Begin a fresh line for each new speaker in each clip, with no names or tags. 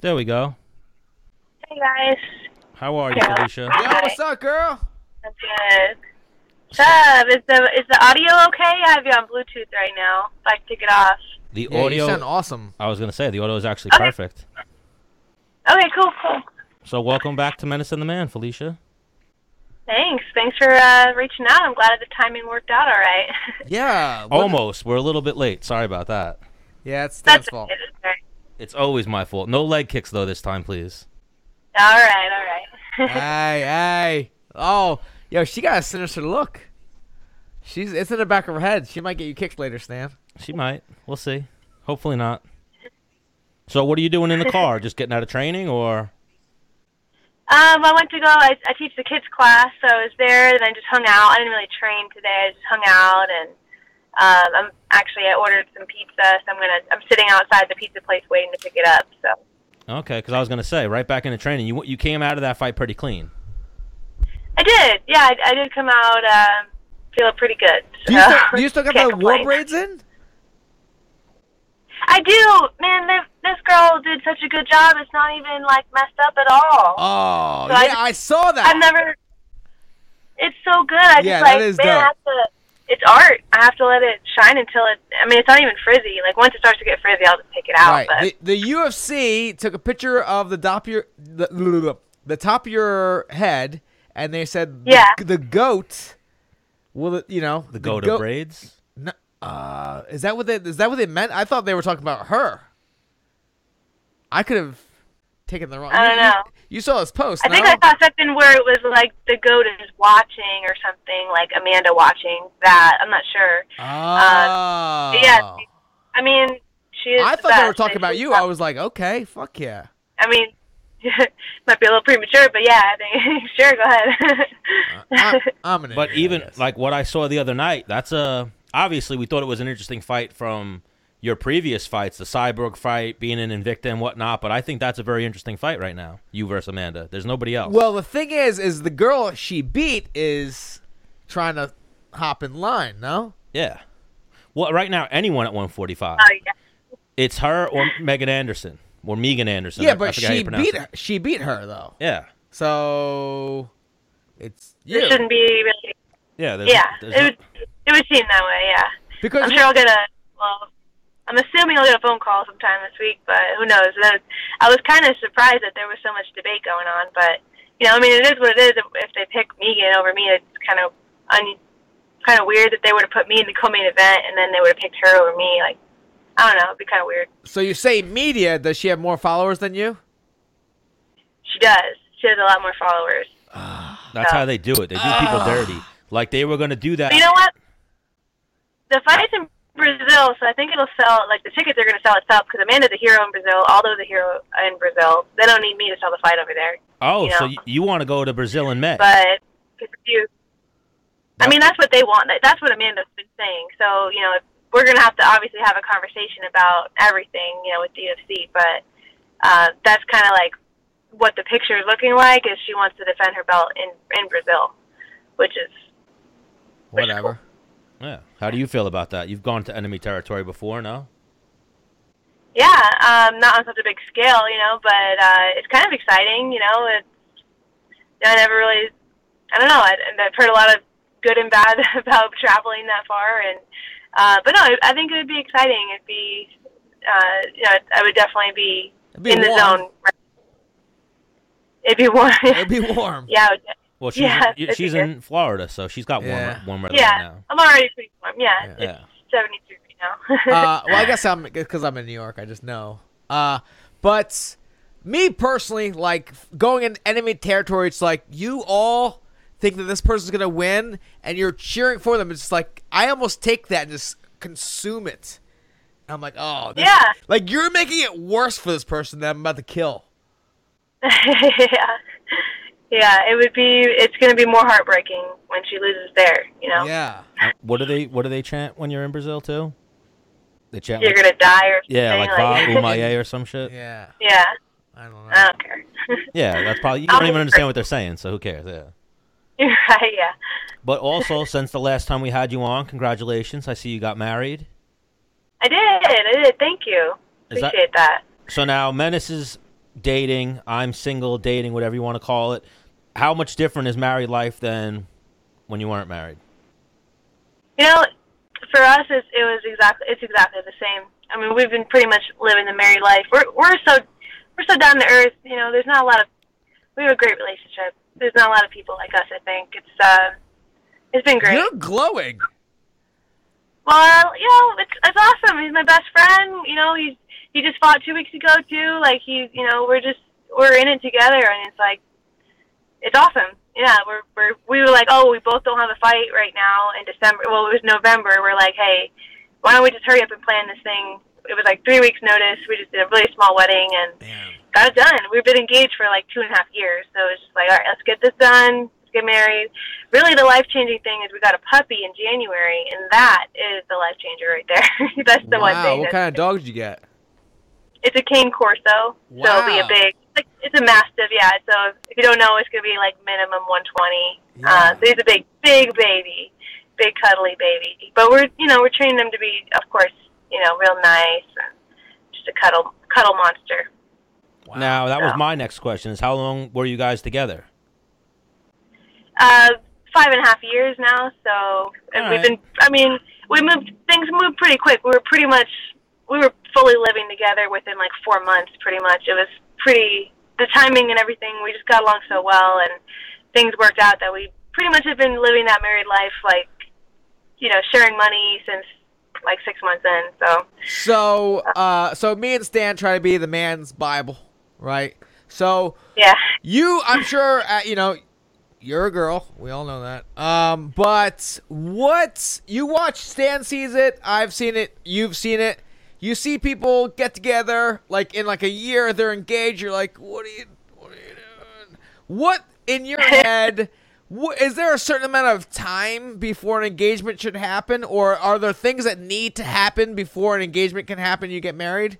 There we go.
Hey guys,
How are you,
Yeah.
Felicia?
Yo, what's up, girl?
I'm good. Sub, is the is the audio okay? I have you on Bluetooth right now. If I took it off.
The
Yeah,
audio.
you sound awesome.
I was gonna say the audio is actually
Okay.
perfect.
Okay, cool, cool.
So welcome back to Menace and the Man, Felicia.
Thanks, thanks for uh, reaching out. I'm glad the timing worked out all right.
Yeah. what-
Almost. We're a little bit late. Sorry about that.
Yeah, it's Dan's
That's
fault.
okay, that's all right.
It's always my fault. No leg kicks though this time, please.
All right, all right.
hey, hey. Oh, yo, she got a sinister look. She's it's in the back of her head. She might get you kicked later, Stan.
She might. We'll see. Hopefully not. So what are you doing in the car? Just getting out of training or
um, I went to go. I, I teach the kids class, so I was there, and I just hung out. I didn't really train today. I just hung out, and um, I'm actually I ordered some pizza, so I'm gonna. I'm sitting outside the pizza place waiting to pick it up. So
Okay, cuz I was going to say right back into training. You you came out of that fight pretty clean.
I did. Yeah, I, I did come out um, feeling pretty good.
Do you,
so
still, do you still got
can't
the war
complain.
braids in?
I do, man. This, this girl did such a good job. It's not even like messed up at all.
Oh,
So I
yeah,
just-
I saw that.
I've never. It's so good. I
Yeah,
just like
that is
man, I
dope.
have to. It's art. I have to let it shine until it. I mean, it's not even frizzy. Like once it starts to get frizzy, I'll just take it out.
Right.
But
The, the UFC took a picture of the top of your the, the top of your head, and they said, the-
Yeah.
the, goat." Will it, you know
The goat
goat-
of braids?
No, uh, is that what they is that what they meant? I thought they were talking about her. I could have taken the wrong.
I don't
you, you-
know.
You, saw his post.
I think
no?
I saw something where it was like the goat is watching or something, like Amanda watching that. I'm not sure.
Oh.
But uh, yeah, I mean, she is.
I
the
thought they were
best. And
talking about
she's
you.
not-
I was like, okay, fuck yeah.
I mean, might be a little premature, but yeah, I think sure, go ahead.
Uh, I, I'm an
But
idiot, I
even
guess.
like what I saw the other night, that's a obviously we thought it was an interesting fight from your previous fights, the Cyborg fight, being in Invicta and whatnot. But I think that's a very interesting fight right now. You versus Amanda. There's nobody else.
Well, the thing is, is the girl she beat is trying to hop in line. No,
yeah. Well, right now anyone at 145.
oh yeah.
It's her or Megan Anderson or Megan Anderson. I-
yeah,
I
but
forget how you
she
pronounce
beat
it.
her. She beat her though.
Yeah,
So it's
It
you
shouldn't be really.
yeah, there's,
Yeah,
there's
it
no-
would, it would seem that way. Yeah.
because
I'm sure I'll get a well. I'm assuming I'll get a phone call sometime this week, but who knows? That- I was kind of surprised that there was so much debate going on, but you know, I mean, it is what it is. If, if they pick Megan over me, it's kind of un, kind of weird that they would have put me in the co-main event and then they would have picked her over me. Like, I don't know, it'd be kind of weird.
so you say media. Does she have more followers than you?
She does. She has a lot more followers.
that's how they do it. They do people dirty. Like they were gonna do that.
But you know what? The fight's in Brazil, so I think it'll sell. Like the tickets are going to sell itself because Amanda's a hero in Brazil. Aldo's a hero in Brazil. They don't need me to sell the fight over there.
oh,
you
so
know.
you, you want to go to Brazil in May?
But if you, I
That-
mean, that's what they want. That- That's what Amanda's been saying. So you know, we're going to have to obviously have a conversation about everything. You know, with the UFC, but uh, that's kind of like what the picture is looking like. Is she wants to defend her belt in in Brazil, which is
Whatever.
yeah. How do you feel about that? You've gone to enemy territory before, no?
Yeah, um, not on such a big scale, you know, but uh, it's kind of exciting, you know. It's, I never really, I don't know, I, and I've heard a lot of good and bad about traveling that far, and uh, but no, I, I think it would be exciting. It'd be, uh, you know, I would definitely be,
It'd be
in the
warm.
zone. It'd be warm.
It'd be warm.
yeah, I would-
Well, she's
Yeah,
you-
I
she's
think
in Florida, so she's got warmer
Yeah.
warmer than
yeah.
now.
I'm already pretty warm. Yeah, it's
Yeah.
73 right now.
uh, well, I guess I'm because I'm in New York. I just know. Uh, but me personally, like going in enemy territory, it's like you all think that this person's gonna win, and you're cheering for them. It's just like I almost take that and just consume it. I'm like, oh, this-
Yeah.
Like you're making it worse for this person that I'm about to kill.
yeah. Yeah, it would be it's gonna be more heartbreaking when she loses there, you know.
Yeah.
Uh, What do they What do they chant when you're in Brazil too? They chant.
You're
like-
gonna die or something.
yeah, like
like-
Va Umaye or some shit. Yeah.
Yeah.
Yeah.
I don't know.
I don't care.
that's probably you don't
I'll-
even understand what they're saying, so who cares? Yeah.
You're right, yeah.
But also, since the last time we had you on, congratulations! I see you got married.
I did, I did, thank you.
Is that-
Appreciate that.
So now Menace's dating, I'm single, dating, whatever you want to call it, how much different is married life than when you weren't married?
You know, for us, it's, it was exactly it's exactly the same. I mean, we've been pretty much living the married life. We're we're so we're so down to earth. You know, there's not a lot of we have a great relationship. There's not a lot of people like us. I think it's uh, it's been great.
You're glowing.
Well, you know, it's it's awesome. He's my best friend. You know, he's he just fought two weeks ago too. Like he, you know, we're just we're in it together, and it's like it's awesome. Yeah, we're we're we were like, oh, we both don't have a fight right now in December. Well, it was November. We're like, hey, why don't we just hurry up and plan this thing? It was like three weeks notice. We just did a really small wedding and
Damn.
got it done. We've been engaged for like two and a half years, so it's just like, all right, let's get this done. Let's get married. Really, the life changing thing is we got a puppy in January, and that is the life changer right there. that's the one
wow,
thing.
what
that's-
kind of dog did you get?
It's a cane corso, so it'll be
Wow.
a big. Like, it's a mastiff, yeah. So if you don't know, it's gonna be like minimum 120.
Yeah.
Uh, so he's a big, big baby, big cuddly baby. But we're, you know, we're training him to be, of course, you know, real nice and just a cuddle, cuddle monster.
Wow.
Now, that was
Yeah.
my next question is how long were you guys together?
Uh, five and a half years now, so and
All
we've
right.
been. I mean, we moved. Things moved pretty quick. We were pretty much. We were fully living together within like four months, pretty much. It was pretty. The timing and everything. We just got along so well, and things worked out that we pretty much have been living that married life, like you know, sharing money since like six months in. So
So, uh, so me and Stan try to be the man's Bible, right? So
yeah,
you, I'm sure, uh, you know, you're a girl. We all know that. Um, but what you watch, Stan sees it. I've seen it. You've seen it. You see people get together, like in like a year, they're engaged. You're like, what are you, what are you doing? What in your head? wh- Is there a certain amount of time before an engagement should happen, or are there things that need to happen before an engagement can happen? You get married.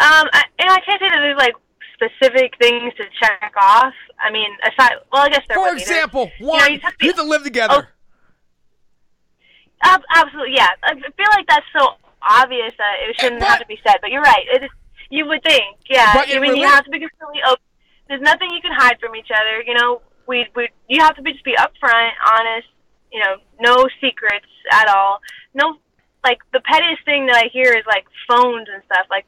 Um, I, and I can't say that there's like specific things to check off. I mean, aside, well, I guess there
For
would be. There's-
example,
you Oh, know,
one,
you
you,
have to be-
have to live together.
Ab- absolutely, yeah. I feel like that's so obvious that it shouldn't
But-
have to be said. But you're right. It is, you would think, yeah.
But
I
in
mean, you
rela-
have to be completely open. There's nothing you can hide from each other. You know, we we you have to be just be upfront, honest. You know, no secrets at all. No, like the pettiest thing that I hear is like phones and stuff. Like,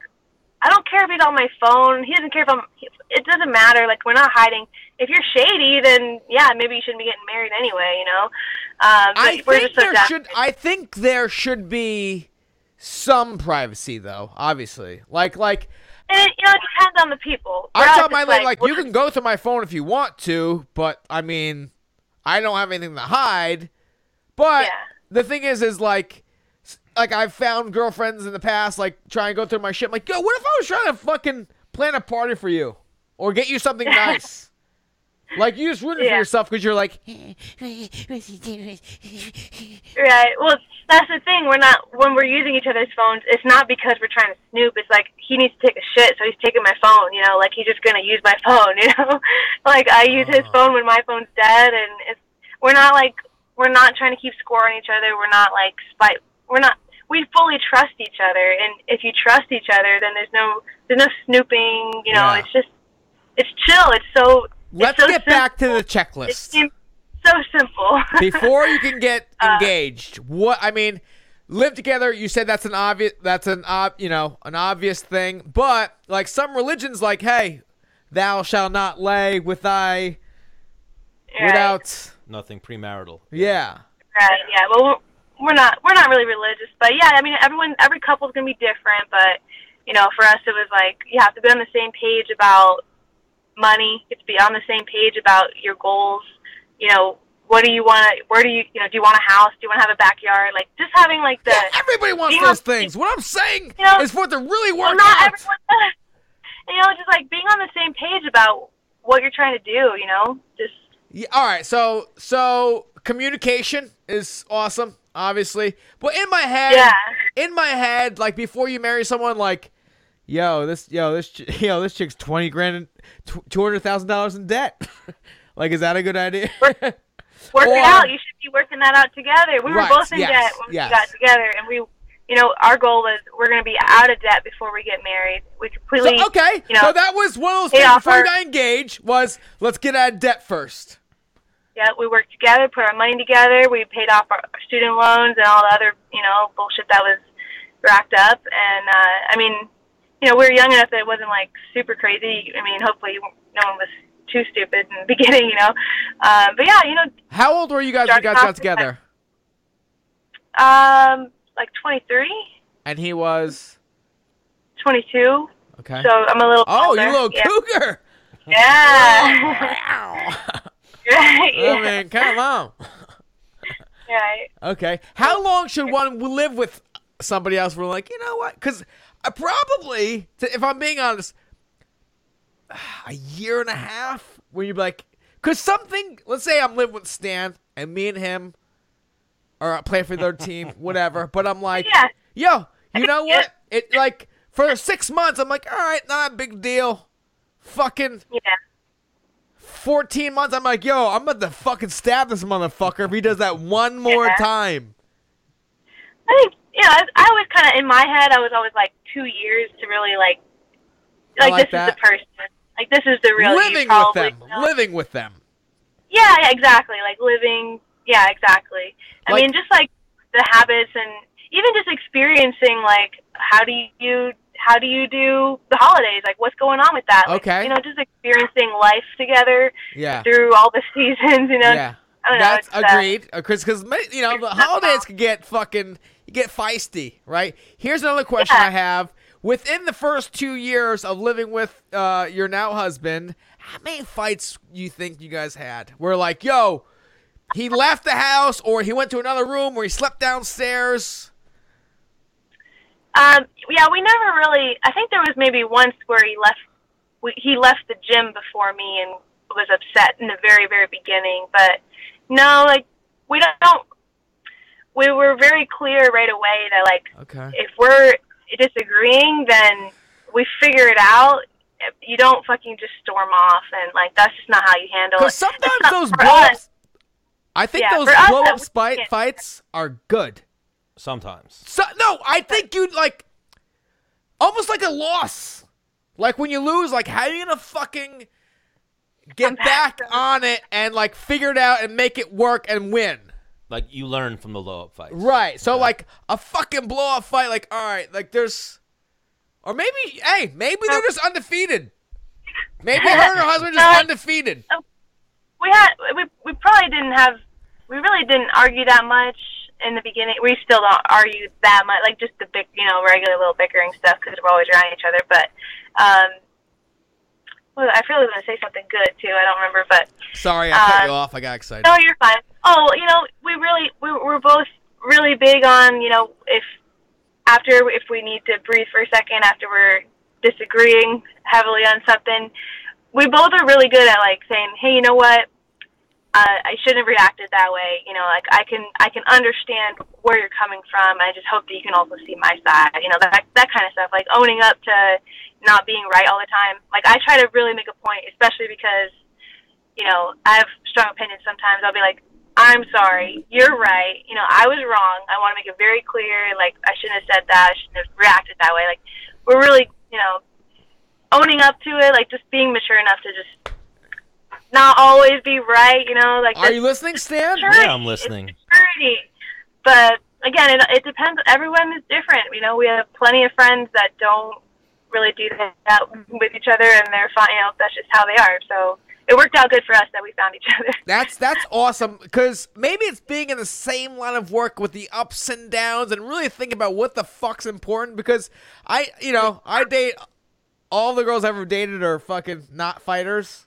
I don't care if he's on my phone. He doesn't care if I'm. It doesn't matter. Like, we're not hiding. If you're shady, then yeah, maybe you shouldn't be getting married anyway. You know, um, but
I
we're
think
just so
there
down-
should. I think there should be some privacy, though. Obviously, like like
And, you know, it depends on the people.
I
We're
tell
not
my
just
lady, like,
we're-
you can go through my phone if you want to, but I mean, I don't have anything to hide. But
Yeah.
the thing is, is like, s- like I've found girlfriends in the past, like try and go through my shit. I'm like, yo, what if I was trying to fucking plan a party for you or get you something nice? Like you just rooting for
Yeah.
yourself because you're like,
Right. Well, that's the thing. We're not when we're using each other's phones. It's not because we're trying to snoop. It's like he needs to take a shit, so he's taking my phone. You know, like he's just gonna use my phone. You know, like I use
Uh-huh.
his phone when my phone's dead, and it's we're not like we're not trying to keep score on each other. We're not like spite. We're not. We fully trust each other, and if you trust each other, then there's no there's no snooping. You know,
Yeah.
it's just it's chill. It's so. it's
let's
so
get back to the
simple. It
checklist.
seems so simple.
before you can get
Uh.
engaged what i mean live together you said that's an obvious that's an ob you know an obvious thing but like some religions like hey thou shall not lay with thy
Right.
without
Nothing premarital.
yeah
Right. Yeah. Well, we're- we're not we're not really religious, but yeah. I mean, everyone every couple's gonna be different, but you know, for us it was like you have to be on the same page about money. You have to be on the same page about your goals. You know, what do you want? to Where do you you know? Do you want a house? Do you want to have a backyard? Like just having like the
yeah everybody wants
You know,
those things what i'm saying
you know,
is for it to really
well,
work
not
out
everyone does. You know, just like being on the same page about what you're trying to do. You know, just
Yeah, all right so so communication is awesome obviously but in my head
yeah.
in my head, like before you marry someone, like, yo, this, yo, this, ch- yo, this chick's twenty grand, two hundred thousand dollars in debt. like, is that a good idea?
work
Or-
it out. You should be working that out together. We
Right,
were both in
yes,
debt when
yes.
we got together, and we you know, our goal was we're going to be out of debt before we get married. We completely,
So, okay,
you know,
so that was one of those
Hey,
things before
offer.
we got engaged was let's get out of debt first.
yeah, we worked together, put our money together. We paid off our our student loans and all the other, you know, bullshit that was racked up. And uh, I mean, you know, we were young enough that it wasn't like super crazy. I mean, hopefully, no one was too stupid in the beginning, you know. Um, but yeah, you know,
How old were you guys when you
Started
guys got
off
together?
um, like 23,
And he was
22.
okay.
So I'm a little.
oh, you
older.
little
yeah.
cougar!
Yeah.
Wow.
right.
I
Yeah.
mean, Oh, come on.
Right.
Okay. How long should one live with somebody else? We're like, you know what? Because I probably, to- if I'm being honest, a year and a half. Where you're like, because something. Let's say I'm living with Stan, and me and him are playing for their team, whatever. But I'm like,
Yeah.
yo, you know
Yeah.
what? It like for six months, I'm like, all right, not a big deal. Fucking
Yeah.
14 months, I'm like, yo, I'm about to fucking stab this motherfucker if he does that one more
Yeah.
time.
I think you know. I, I was kind of in my head. I was always like two years to really like,
I
like,
like
this is
that.
the person. Like this is the real you,
living with
probably,
them.
you know?
Living with them.
yeah, yeah, exactly. Like living. Yeah, exactly. I
Like-
mean, just like the habits and even just experiencing like how do you how do you do the holidays? Like what's going on with that? Like,
Okay.
You know, just experiencing life together
Yeah.
through all the seasons. You know.
yeah.
I don't know,
That's
it's, uh,
agreed, uh, Chris. Because you know the
it's not
holidays
wrong.
could get fucking you get feisty, right? Here's another question
Yeah.
I have: Within the first two years of living with uh, your now husband, how many fights you think you guys had? We're like, yo, he left the house, or he went to another room, or he slept downstairs.
Um, yeah, we never really. I think there was maybe once where he left. We, he left the gym before me and was upset in the very, very beginning. But no, like we don't. We were very clear right away that like
Okay.
if we're disagreeing, then we figure it out. You don't fucking just storm off and like that's just not how you handle it.
Because
That's
sometimes
not
those
for
blow
us.
ups, I think
Yeah,
those
for us,
blow
that
up
we
spite
can't.
fights are good.
Sometimes.
So no, I think you'd like almost like a loss. Like when you lose, like how are you gonna fucking get back on it and like figure it out and make it work and win?
Like you learn from the low up fights.
Right. So like a fucking blow off fight, like all right, like there's or maybe hey, maybe they're just undefeated. Maybe her and her husband are just undefeated.
we had we we probably didn't have we really didn't argue that much in the beginning. We still don't argue that much, like just the big you know regular little bickering stuff because we're always around each other. But um, well, I really was gonna say something good too. I don't remember, but
Sorry, I cut
uh,
you off. I got excited.
no, you're fine. Oh, you know, we really we we're both really big on you know if after if we need to breathe for a second after we're disagreeing heavily on something, we both are really good at like saying, hey, you know what, uh, I shouldn't have reacted that way. You know, like I can I can understand where you're coming from. I just hope that you can also see my side. You know, that that kind of stuff. Like owning up to not being right all the time. Like I try to really make a point, especially because you know I have strong opinions. Sometimes I'll be like, I'm sorry, you're right. You know, I was wrong. I want to make it very clear. Like I shouldn't have said that. I shouldn't have reacted that way. Like we're really you know owning up to it. Like just being mature enough to just. Not always be right, you know. Like
Are
just-
you listening, Stan?
Sure.
Yeah, I'm listening.
maturity. But again, it, it depends. Everyone is different. You know, we have plenty of friends that don't really do that with each other, and they're fine. You know, that's just how they are. So it worked out good for us that we found each other.
That's that's awesome because maybe it's being in the same line of work with the ups and downs and really think about what the fuck's important because I you know I date all the girls I've ever dated are fucking not fighters,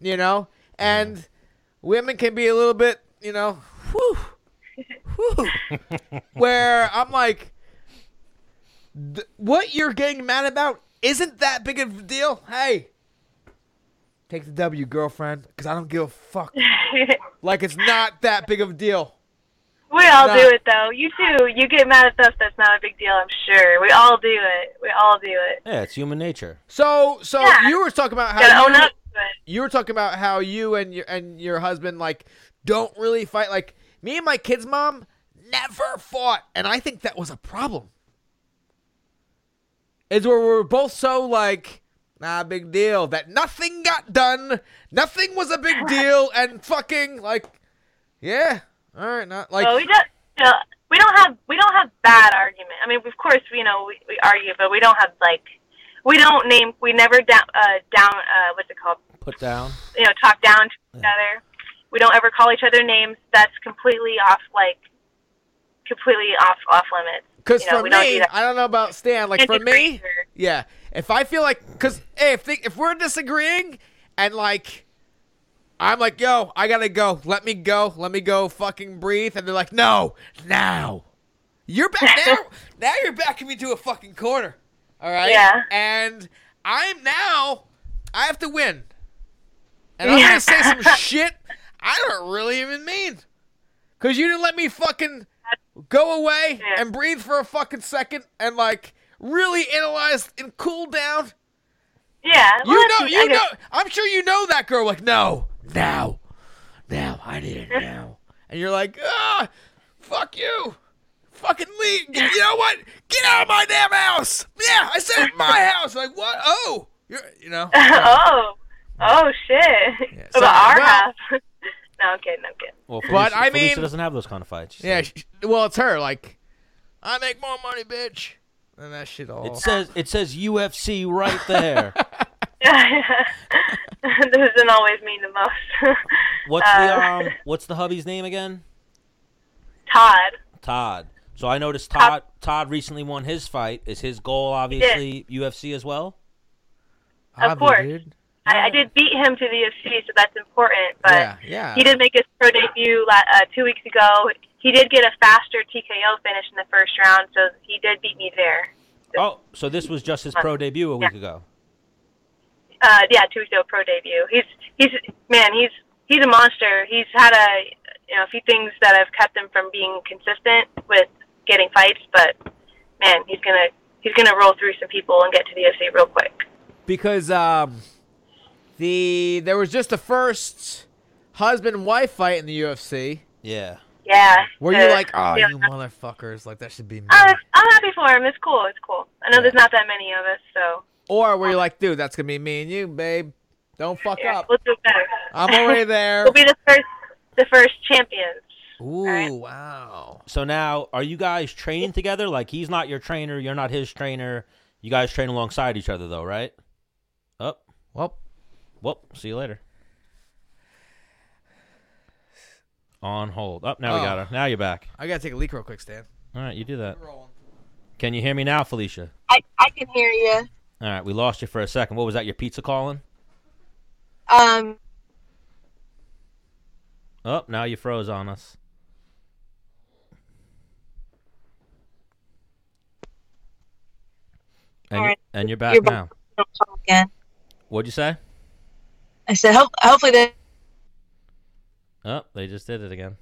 you know, and women can be a little bit you know, whew, whew, where I'm like, th- what you're getting mad about isn't that big of a deal. Hey, take the W, girlfriend, because I don't give a fuck. Like it's not that big of a deal.
we all
Nah.
do it, though. You too. You get mad at stuff that's not a big deal. I'm sure. We all do it. We all do it.
Yeah, it's human nature.
So so
Yeah.
you were talking about how
Gotta
you,
own up to it.
you were talking about how you and your and your husband like don't really fight like me and my kid's mom never fought, and I think that was a problem. Is where we're both so like, nah, big deal that nothing got done, nothing was a big deal, and fucking like, yeah, all right, not like
well, we don't. You know, we don't have we don't have bad argument. I mean, of course, you know, we, we argue, but we don't have like we don't name we never down uh, down uh, what's it called
Put down.
you know talk down to each other. We don't ever call each other names. That's completely off like completely off off limits.
Because
You know,
for
we
me,
don't do that.
I don't know about Stan. Like
Can't
for
be
me,
crazier.
yeah. If I feel like, because hey, if they, if we're disagreeing and like, I'm like, yo, I gotta go. Let me go. Let me go. Fucking breathe. And they're like, no, now. You're back now. now you're backing me to a fucking corner. All right.
Yeah.
And I'm now. I have to win. And I'm
Yeah.
gonna say some shit I don't really even mean. Cause you didn't let me fucking go away
Yeah.
and breathe for a fucking second and like really analyze and cool down.
Yeah, well,
You
that's-
know,
I
you
guess-
know. I'm sure you know that girl. Like, no, now, now, I need it now. And you're like, ah, fuck you, fucking leave. You know what? Get out of my damn house. Yeah, I said my house. Like, what? Oh, you're, you know.
oh, oh shit!
Yeah,
About
so-
our
well-
house. no, I'm kidding. I'm kidding.
Well, Felicia,
But I
Felicia
mean-
doesn't have those kind of fights. She's
Yeah.
like-
sh- Well, it's her. Like, I make more money, bitch. And that shit all.
it says it says UFC right there.
this doesn't always mean the most.
What's
Uh,
the um? What's the hubby's name again?
Todd.
Todd. So I noticed
Uh.
Todd. Todd recently won his fight. Is his goal obviously UFC as well?
of
Hobby,
course.
dude.
I, I did beat him to the UFC, so that's important. But
Oh. Yeah, yeah.
he did make his pro debut la- uh, two weeks ago. He did get a faster TKO finish in the first round, so he did beat me there.
Oh, so this was just his pro debut a week ago.
Uh, yeah, two weeks ago, pro debut. He's he's man, he's he's a monster. He's had a you know a few things that have kept him from being consistent with getting fights, but man, he's gonna he's gonna roll through some people and get to the UFC real quick.
because um, the there was just the first husband and wife fight in the UFC.
Yeah.
Yeah.
Were
so-
you like, oh,
yeah.
you motherfuckers, like that should be me?
I'm, Oh, I'm happy for him. It's cool. It's cool. I know there's not that many of us, so
Or were you like, dude, that's gonna be me and you, babe? Don't fuck
yeah,
up.
we'll do better.
I'm already there.
we'll be the first, the first champions. right.
Ooh, wow.
So now, are you guys training together? Like he's not your trainer, you're not his trainer. You guys train alongside each other though, right? Up.
Well,
Well, see you later. On hold. Up now we
Oh.
got her. Now you're back.
I gotta take a leak real quick, Stan.
All right, you do that. Can you hear me now, Felicia?
I, I can hear you.
All right, we lost you for a second. What was that? Your pizza calling?
Um,
Oh, now you froze on us. And,
All
you-
right.
and you're back
You're
now.
back. don't call again.
What'd you say?
I said, hope, hopefully that.
Oh, they just did it again.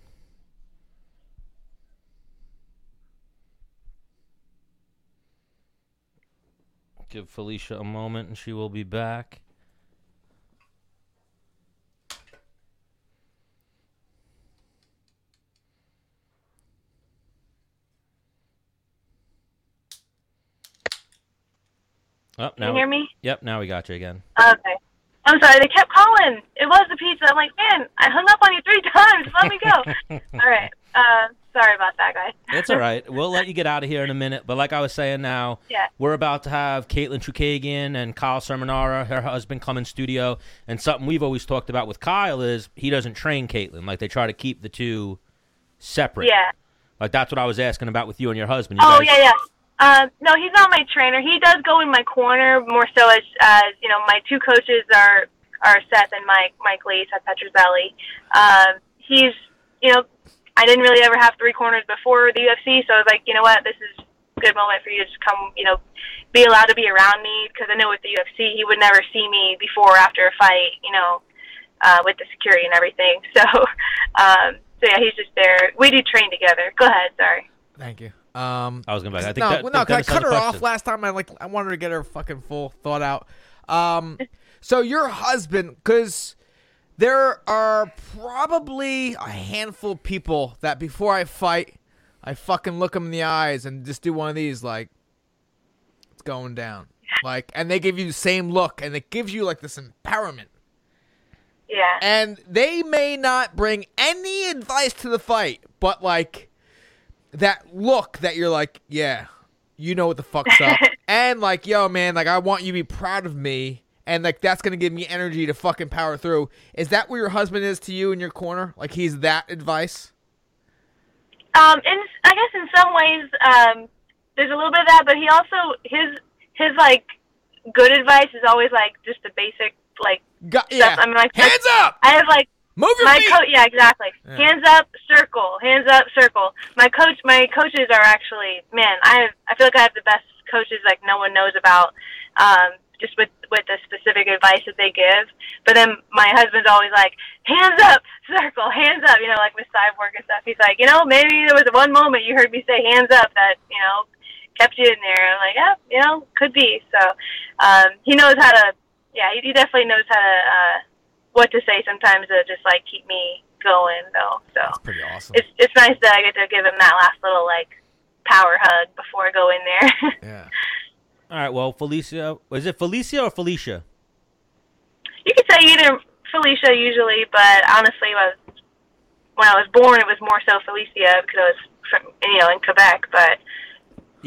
Give Felicia a moment and she will be back. Oh,
Can
now
you hear me?
Yep, now we got you again.
Okay. I'm sorry. They kept calling. It was the pizza. I'm like, man, I hung up on you three times. Let me go. All right. Uh, sorry about that, guys.
It's all right. We'll let you get out of here in a minute. But like I was saying now,
Yeah.
we're about to have Caitlin Trukagian and Kyle Sermonara, her husband, come in studio. And something we've always talked about with Kyle is he doesn't train Caitlin. Like they try to keep the two separate.
Yeah.
Like that's what I was asking about with you and your husband. You
Oh
guys-
yeah, yeah. Um, no, he's not my trainer. He does go in my corner more so as, as you know, my two coaches are are Seth and Mike Mike Lee, Seth Petrozelli. Um, he's you know, I didn't really ever have three corners before the UFC, so I was like, you know what, this is a good moment for you to just come, you know, be allowed to be around me because I know with the UFC he would never see me before or after a fight, you know, uh, with the security and everything. So, um, so yeah, he's just there. We do train together. Go ahead, sorry.
Thank you. Um,
I was gonna. Be like, I think
no,
that,
well,
that-
no, 'cause
that
I
is
cut
another
her off
question.
last time. I like, I wanted to get her fucking full thought out. Um, so your husband, because there are probably a handful of people that before I fight I fucking look them in the eyes and just do one of these like it's going down. Like and they give you the same look and it gives you like this empowerment.
Yeah.
And they may not bring any advice to the fight, but like that look that you're like, yeah, you know what the fuck's up. and like, yo, man, like I want you to be proud of me. And like that's gonna give me energy to fucking power through. Is that where your husband is to you in your corner? Like he's that advice?
Um, in I guess in some ways, um, there's a little bit of that, but he also his his like good advice is always like just the basic like
Got, yeah.
I mean, like-
Hands up!
I have like
Move your
my
feet!
coach yeah exactly
Yeah.
hands up circle hands up circle my coach my coaches are actually man i have, i feel like i have the best coaches like no one knows about um just with with the specific advice that they give but then my husband's always like hands up circle hands up you know like with cyborg and stuff he's like you know maybe there was one moment you heard me say hands up that you know kept you in there i'm like yeah you know could be so um he knows how to yeah he, he definitely knows how to uh what to say sometimes to just like keep me going though. So
pretty awesome.
it's it's nice that I get to give him that last little like power hug before I go in there.
Yeah.
All right. Well, Felicia, is it Felicia or Felicia?
you could say either Felicia usually, but honestly, I was, when I was born, it was more so Felicia because I was from you know in Quebec. But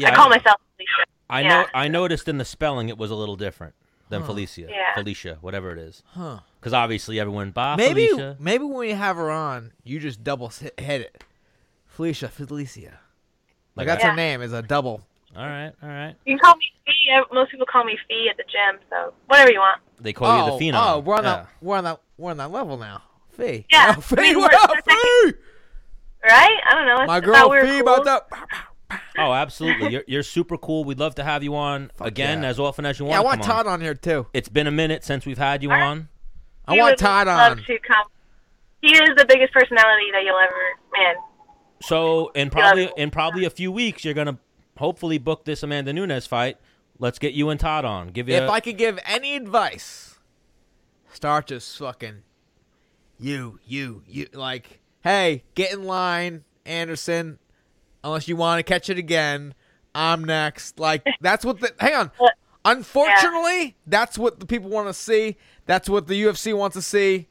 I call myself Felicia.
I
yeah.
know. I noticed in the spelling it was a little different than Felicia.
Yeah.
Felicia, whatever it is,
Huh.
because obviously everyone. Bye,
Maybe
Felicia.
maybe when we have her on, you just double s- hit it. Felicia, Felicia. Like
Like
that's
that.
her name is a double.
All right. All right.
You can call me Fee. I- Most people call me Fee at the gym, so whatever you want.
They call
oh,
you the phenom.
oh, we're on
yeah.
that we're on that we're on that level now. Fee.
Yeah,
Oh,
I
Fee,
mean,
what
we're-
up, Fee?
Right? I don't know. I
My
just thought
girl
we were
Fee
cool.
about that.
Oh, absolutely. You're, you're super cool. We'd love to have you on again
yeah.
as often as you want.
Yeah, I want
Come on.
Todd on here too.
It's been a minute since we've had you
All right.
on.
I
He
want
would
Todd
love
on.
to come. He is the biggest personality that you'll ever man.
So in probably in probably a few weeks, you're gonna hopefully book this Amanda Nunes fight. Let's get you and Todd on. Give you.
If I could give any advice, start just fucking you, you, you. Like, hey, get in line, Anderson. Unless you want to catch it again, I'm next. Like, that's what the. Hang on.
What?
Unfortunately, that's what the people want to see. That's what the UFC wants to see.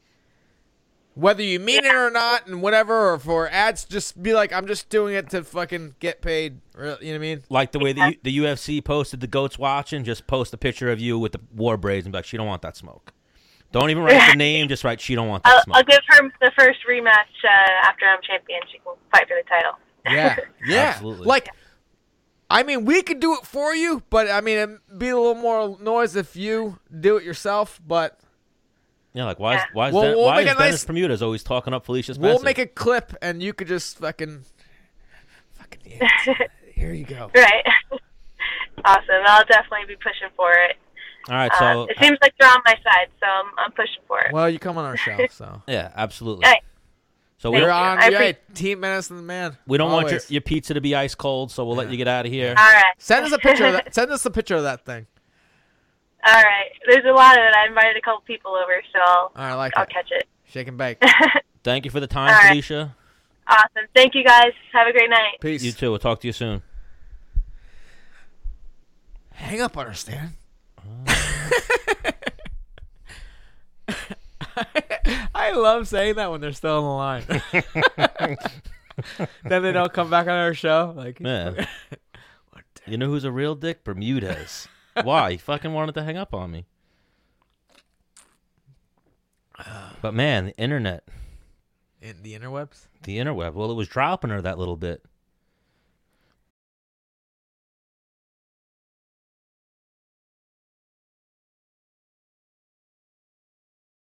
Whether you mean it or not, and whatever, or for ads, just be like, I'm just doing it to fucking get paid. Re- You know what I mean?
like the way the, the UFC posted the goats watching, just post a picture of you with the war braids and be like, she don't want that smoke. Don't even write the name, just write she don't want that
I'll,
smoke.
I'll give her the first rematch uh, after I'm champion. She can fight for the title.
Yeah, yeah.
Absolutely.
Like, I mean, we could do it for you, but I mean, it'd be a little more noise if you do it yourself. But
yeah, like why is why is,
We'll-
Den-
we'll
why
make
is
a
Dennis
nice-
Bermudez always talking up Felicia Spencer?
we'll make a clip, and you could just fucking, fucking. yeah. Here you go.
Right. awesome. I'll definitely be pushing for it.
All right,
Uh,
so
it seems like they're on my side, so I'm, I'm pushing for it.
Well, you come on our show, so
yeah, absolutely.
All right.
So we
Thank
you're
don't,
you.
on.
I
yeah,
appreciate-
Team Menace and the Man.
we don't want your,
Always.
your pizza to be ice cold, so we'll let you get out of here.
All right.
Send us a picture. Of that. Send us a picture of that thing.
All right. There's a lot of it. I invited a couple people over, so I'll,
All right, I like
I'll
it.
catch it.
Shake and bake.
Thank you for the time,
All right.
Felicia.
Awesome. Thank you guys. Have a great night.
Peace.
You too. We'll talk to you soon.
Hang up on her, Stan. I love saying that when they're still on the line. then they don't come back on our show. Like,
Man. you know who's a real dick? Bermudez. Why? He fucking wanted to hang up on me. But man, the internet,
in the interwebs.
the interweb. Well, it was dropping her that little bit.